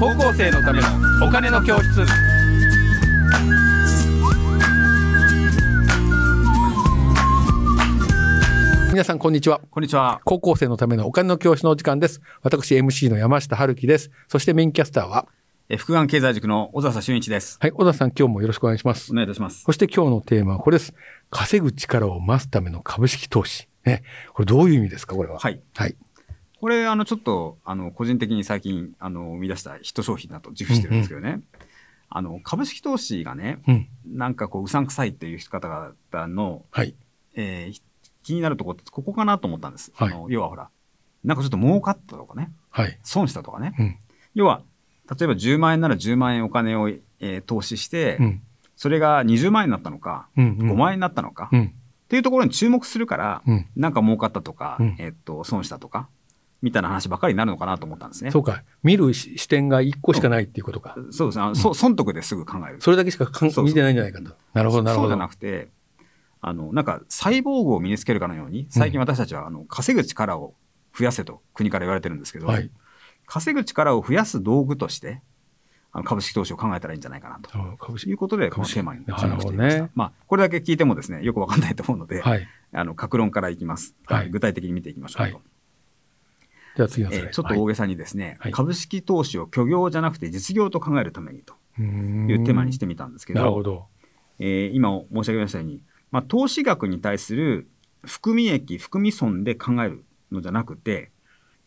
高校生のためのお金の教室皆さんこんにちはこんにちは高校生のためのお金の教室のお時間です私 MC の山下春樹ですそしてメインキャスターはえ福眼経済塾の小笹俊一ですはい小田さん今日もよろしくお願いしますお願いいたしますそして今日のテーマはこれです稼ぐ力を増すための株式投資ねこれどういう意味ですかこれははいはいこれあのちょっとあの個人的に最近あの生み出したヒット商品だと自負してるんですけどね、あの株式投資がねうんなんかこううさんくさいっていう方々の、はいえー気になるとこってここかなと思ったんです、はいあの要はほらなんかちょっと儲かったとかねはい損したとかねうん要は例えば10万円なら10万円お金を、えー投資して、うんそれが20万円になったのか、うん5万円になったのか、うっんていうところに注目するから、うんなんか儲かったとか、うんえっと損したとかみたいな話ばかりになるのかなと思ったんですね。そうか見るし視点が1個しかないっていうことかそうですねあの、そ損得ですぐ考える。それだけしかかそんうそう見てないんじゃないかとなるほどなるほそうじどゃなくてあのなんかサイボーグを身につけるかのように最近私たちは、あの稼ぐ力を増やせと国から言われてるんですけど、はい稼ぐ力を増やす道具としてあの株式投資を考えたらいいんじゃないかなと。そう株とい式うことで、こかのもテしーれマなにいしました。なるほどねまあ、これだけ聞いてもですね、よくわかんないと思うので、はいあの、格論からいきます。はい具体的に見ていきましょうと。はじゃあ次のスえライドーちょっと大げさにですね、はい株式投資を虚業じゃなくて実業と考えるためにとはいいうテーマにしてみたんですけなるど、ほどえー今申し上げましたように、まあ、投資額に対する含み益、含み損で考えるのじゃなくて、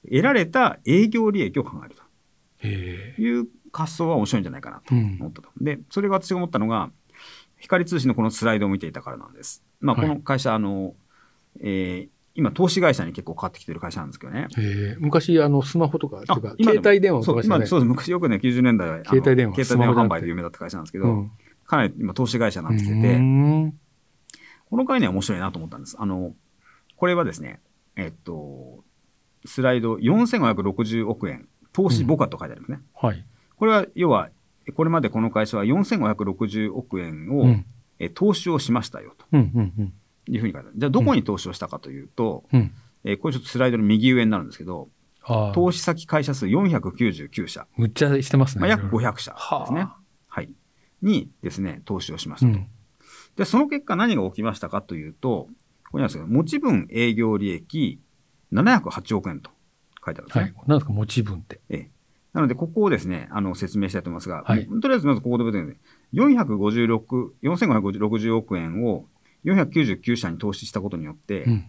得られた営業利益を考えるへという発想は面白いんじゃないかなとえう思っんたと。で、それが私が思ったのが、光通信のこのスライドを見ていたからなんです。まあ、こはいの会社、あの、えー今、投資会社に結構変わってきてる会社なんですけどね。へえ昔あのスマホとかあとか今で携も帯電話そう、を今、ねそうです昔よくね、90年代は、あの携帯電携帯話電スマホじゃ話販なく売てで有名だった会社なんですけど、うんかなり今、投資会社になってきてうーて、んこの概念は面白いなと思ったんです。あの、これはですね、えっと、スライド4560億円、投資母価と書いてありますね。はいこれは、要は、これまでこの会社は4560億円を、うんえー投資をしましたよとうんうんうんいうふうに書いてある。じゃあ、どこに投資をしたかというと、うんえーこれちょっとスライドの右上になるんですけど、ああ投資先会社数499社、むっちゃしてますねまあ、約500社ですね。ははあい。にですね、投資をしましうたと。んで、その結果何が起きましたかというと、ここにあるんですけど、持ち分営業利益708億円と書いてあるんですはね。いなんですか持ち分ってええなので、ここをですね、あの、説明したいと思いますが、はいとりあえずまずここで覚えてください。456、4560億円を499社に投資したことによって、うん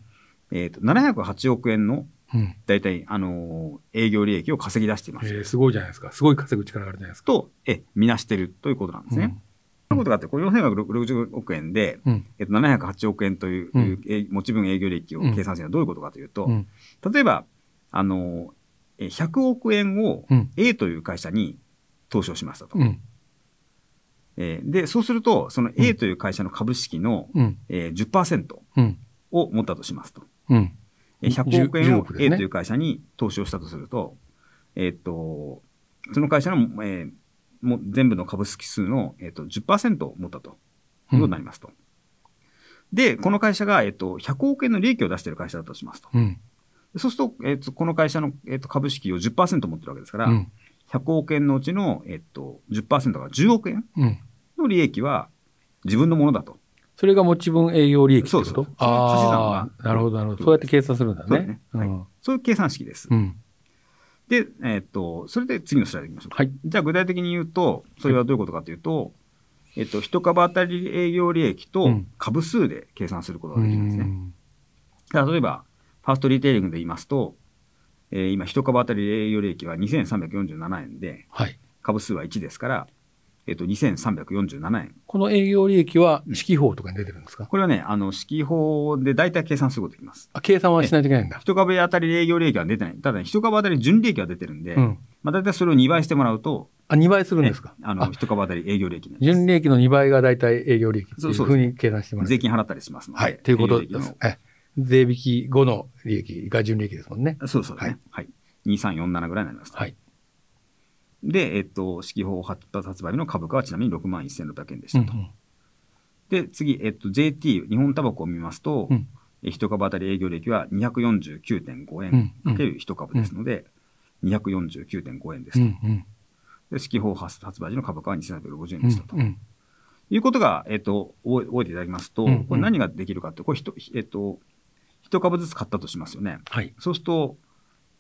えっ、と、708億円の、うんだいたい、あのー営業利益を稼ぎ出していまえす。ーすごいじゃないですかすごい稼ぐ力があるじゃないですかと、え、みなしてるということなんですね。うんということがあって、これ4560億円で、うんえっと、708億円という、うんいうえ持ち分営業利益を計算するのはどういうことかというと、うん例えば、あのーえ100億円をうん A という会社に投資をしましたと。うんえーで、そうすると、その A という会社の株式の、うんえー、10%うんを持ったとしますと。うんえー100億円10を億です A ねという会社に投資をしたとすると、えーっと、その会社の、えーもう全部の株式数の、えーっと10%を持ったということになりますと。で、この会社が、えーっと100億円の利益を出している会社だとしますと。うんそうすると、えーっとこの会社の、えーっと株式を10%持ってるわけですから、うん100億円のうちの、えーっと10%が10億円うんの利益は自分のものだと。それが持ち分営業利益ってそこうそうとそうあそあれなはる足し算がほどなるほどそうやって計算するんそだうですねねはいうんそういう計算式です。うんで、えーっと、それで次のスライドいきましょうか。はいじゃあ具体的に言うと、それはどういうことかというと、えっと、一株当たり営業利益とうん株数で計算することうができるんですね。んだから例えば、ファーストリテイリングで言いますと、えー今、一株当たり営業利益は2347円で、はい株数は1ですから、えっと、2347円。この営業利益は四季報とかに出てるんですかこれはね、あの、式法で大体計算することができます。あ計算はしないといけないんだ一株当たり営業利益は出てない。ただ、一株当たり純利益は出てるんで、うんまあ、大体それを2倍してもらうと、あ2倍するんですかあの、一株当たり営業利益になります。純利益の2倍が大体営業利益ってそいううそうふうに計算してもらう。税金払ったりしますので。はい。ということ営で業利益す。え税引き後の利益が純利益ですもんね。のそうそうですね。はい。2347ぐらいになります。はい。で、えっと、四季報発発売日の株価はちなみに6万1600円でしうたんうと。んで、次、えっと、JT、日本タバコを見ますと、うんえ一株当たり営業利益は249.5うん円かける一株ですので、249.5円ですうと。んで四季報発発売時の株価は2750円うでしたんと。うん。いうことが、えっと、覚え覚えていただきますと、うんうんこれ何ができるかって、これ一、えっと、一株ずつ買ったとしますよね。はい。そうすると、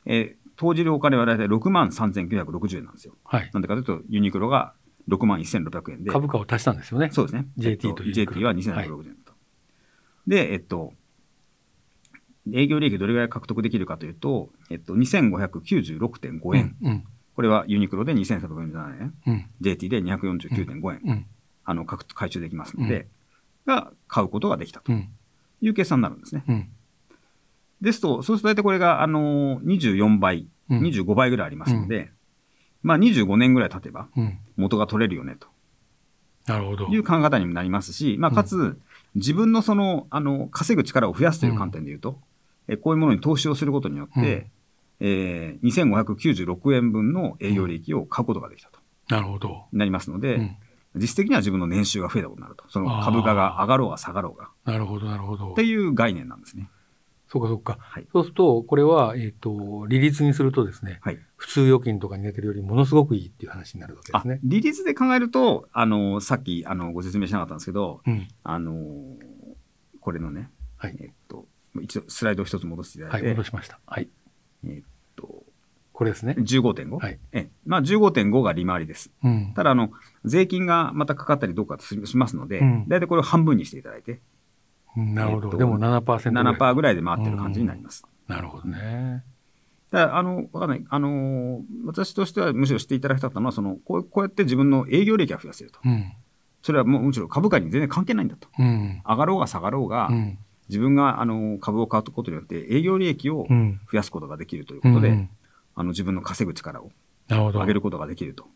えー投じるお金は大体6万3960円なんですよ。はい。なんでかというと、ユニクロが6万1600円で、株価を足したんですよね。そうですね。 JT えっととユニクロ JT は2760円だと、で、えっと、営業利益どれぐらい獲得できるかというと、えっと、2596.5円。うん。これはユニクロで2347円、うん。 JT で249.5円、うん。あの、獲得回収できますので、が買うことができたとうん。いう計算になるんですね。うん。ですと、そうすると大体これが、あのー、24倍、うん25倍ぐらいありますので、まあ25年ぐらい経てばうん。元が取れるよねとなるほど。いう考え方にもなりますし、まあかつ、自分のその、あの、稼ぐ力を増やすという観点で言うと、えこういうものに投資をすることによって、えー、2596円分の営業利益を買うことができたとなるほど。なりますので、うん。実質的には自分の年収が増えたことになると。その株価が上がろうが下がろうが。なるほど、なるほどって。いう概念なんですね。そうか、そうか。はいそうすると、これは、えっ、と、利率にするとですね、はい普通預金とかに入れてるよりものすごくいいっていう話になるわけであすね。利率で考えると、あの、さっき、あの、ご説明しなかったんですけど、うん。あの、これのね、はいえっと、一度、スライドを一つ戻していただはいい、て、戻しました。はい。えっと、これですね。 15.5、はいええまあ、15.5が利回りです。うん。ただ、あの、税金がまたかかったりどうかしますので、うんだいたいこれを半分にしていただいて、うんなるほど。えっとでも7%ぐらい。 7%ぐらいで回ってる感じになります。なるほどね。ただあの、わかんない。あのー私としてはむしろしていただきたかったのは、その、こうこうやって自分の営業利益が増やせると。うん。それはもうむしろ株価に全然関係ないんだと。うん。上がろうが下がろうが、うん。自分があの株を買うことによって営業利益をうん。増やすことができるということで、うんあの自分の稼ぐ力をなるほど上。げることができると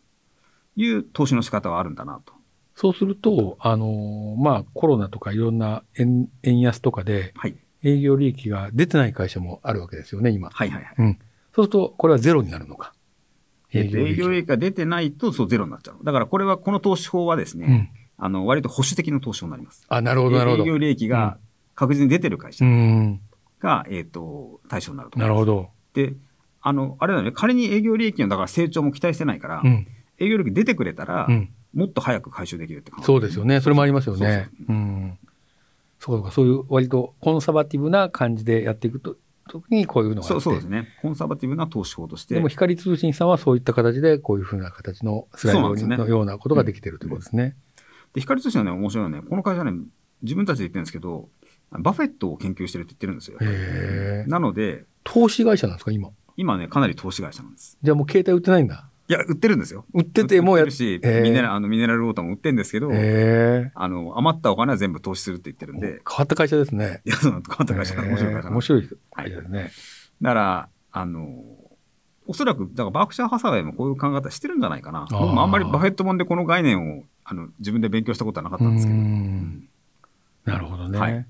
いう投資の仕方はあるんだなと。そうすると、あのーまあ、コロナとかいろんな円円安とかではい。営業利益が出てない会社もあるわけですよね、今。はいはいはい。そうすると、これはゼロになるのか。えっと営業利益。益が出てないとそうゼロになっちゃう。だからこれは、この投資法はですね、うん。あの割と保守的な投資法になります。あ、なるほど、なるほど営。業利益が確実に出てる会う社ん。が、えっと対象になると思ないまするほど。で、あの、あれだよね、仮に営業利益のだから成長も期待してないから、うん。営業利益出てくれたら、うん。もっと早く回収できるって感じ、そうですよね。それもありますよねそう。うん。そうか、そういう割とコンサバティブな感じでやっていくと、特にこういうのがあって。そうそうですね。コンサバティブな投資法として。でも光通信さんはそういった形で、こういうふうな形のスライそうなんドですにねのようなことができてるということですね。で、光通信はね、面白いのはね、この会社ね、自分たちで言ってるんですけど、バフェットを研究してるって言ってるんですよ。へえ。なので、投資会社なんですか、今。今ね、かなり投資会社なんです。じゃあもう携帯売ってないんだ。いや、売ってるんですよ。売ってて、もうや売ってるし、へえミネラあのミネラルウォーターも売ってるんですけど、へえ。あの、余ったお金は全部投資するって言ってるんお変で、わった会社ですね。いや、その変わった会社から面白い会社へえなん面で白い会社ですね。だから、あの、おそらく、だからバークシャーハサウェイもこういう考え方してるんじゃないかな。ー僕もあんまりバフェットもんでこの概念をあの自分で勉強したことはなかったんですけど。ううんんなるほどね。はい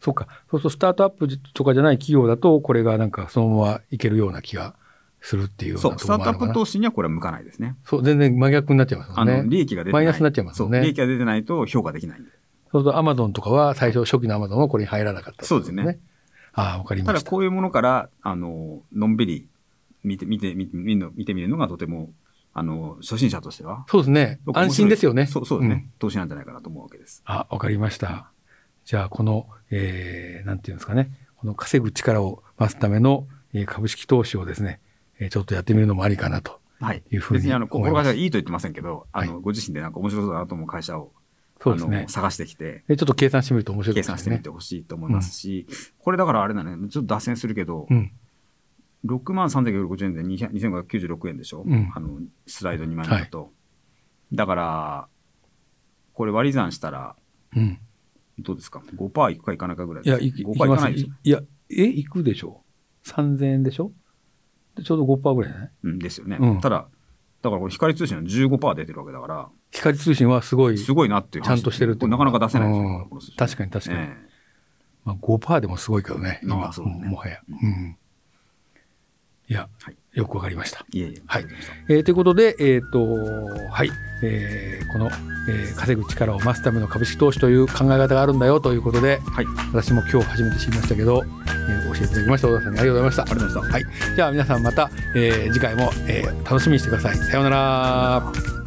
そうか。そうすると、スタートアップとかじゃない企業だと、これがなんかそのままいけるような気がするっていうようそなう、とスこターろもトアあるッのかプな投資にはこれは向かないですね。そう、全然真逆になっちゃいますあもんねの、。利益が出てない。マイナスになっちゃいますもんねそう、利益が出てないと評価できないんで。そうすると、アマゾンとかは最初、初期のアマゾンはこれに入らなかった、そうですね。ああ、わかりたまだ、した。こういうものから、あの、のんびり見て、見て、見て、見るの見てみるのがとても、あの、初心者としては。そうですね。僕面白い安心ですよね。そう、そうですね、ん投資なんじゃないかなと思うわけです。あ、わかりました。じゃあ、この、えー、なんていうんですかね。この稼ぐ力を増すための、えー株式投資をですね、えーちょっとやってみるのもありかなと。はい。いうふうに別に、あの、こ思いのま会す社はいいと言ってませんけど、あの、はご自身でなんか面白そうだなと思う会社を、そうですあねの、。探してきて、でちょっと計算してみると面白い計ですね。算してみてほしいと思いますし、これだからあれだね、ちょっと脱線するけど、うん。 6万3950円で200 2596円でしょ、うんあのスライド2枚目だと。だから、これ割り算したら、うん。どうですか、5%いくかいかないかぐらいいですや、いいき5%いまかすないでいしょ。いや、え、いくでしょ ?3000 円でしょでちょうど5%ぐらいじゃないうんですよね、うんただ、だからこれ、光通信は15%出てるわけだから、光通信はすごい、すちごいなっていう話ゃんとしてるってこれなかなか出せないですよ、うんこの数字確かに確かに。ええまあ、5%でもすごいけどね、あ今、あそうだねももはや。うん。いや、はいよくわかりました。いえいえ。はいありがとうござましえーということで、えっ、と、はい、えーこの、えー稼ぐ力を増すための株式投資という考え方があるんだよということで、はい私も今日初めて知りましたけど、えー教えていただきました。小田さんにありがとうございまたありがとうございました。した。はい、じゃあ皆さんまた、えー次回も、えー楽しみにしてください。さようなら。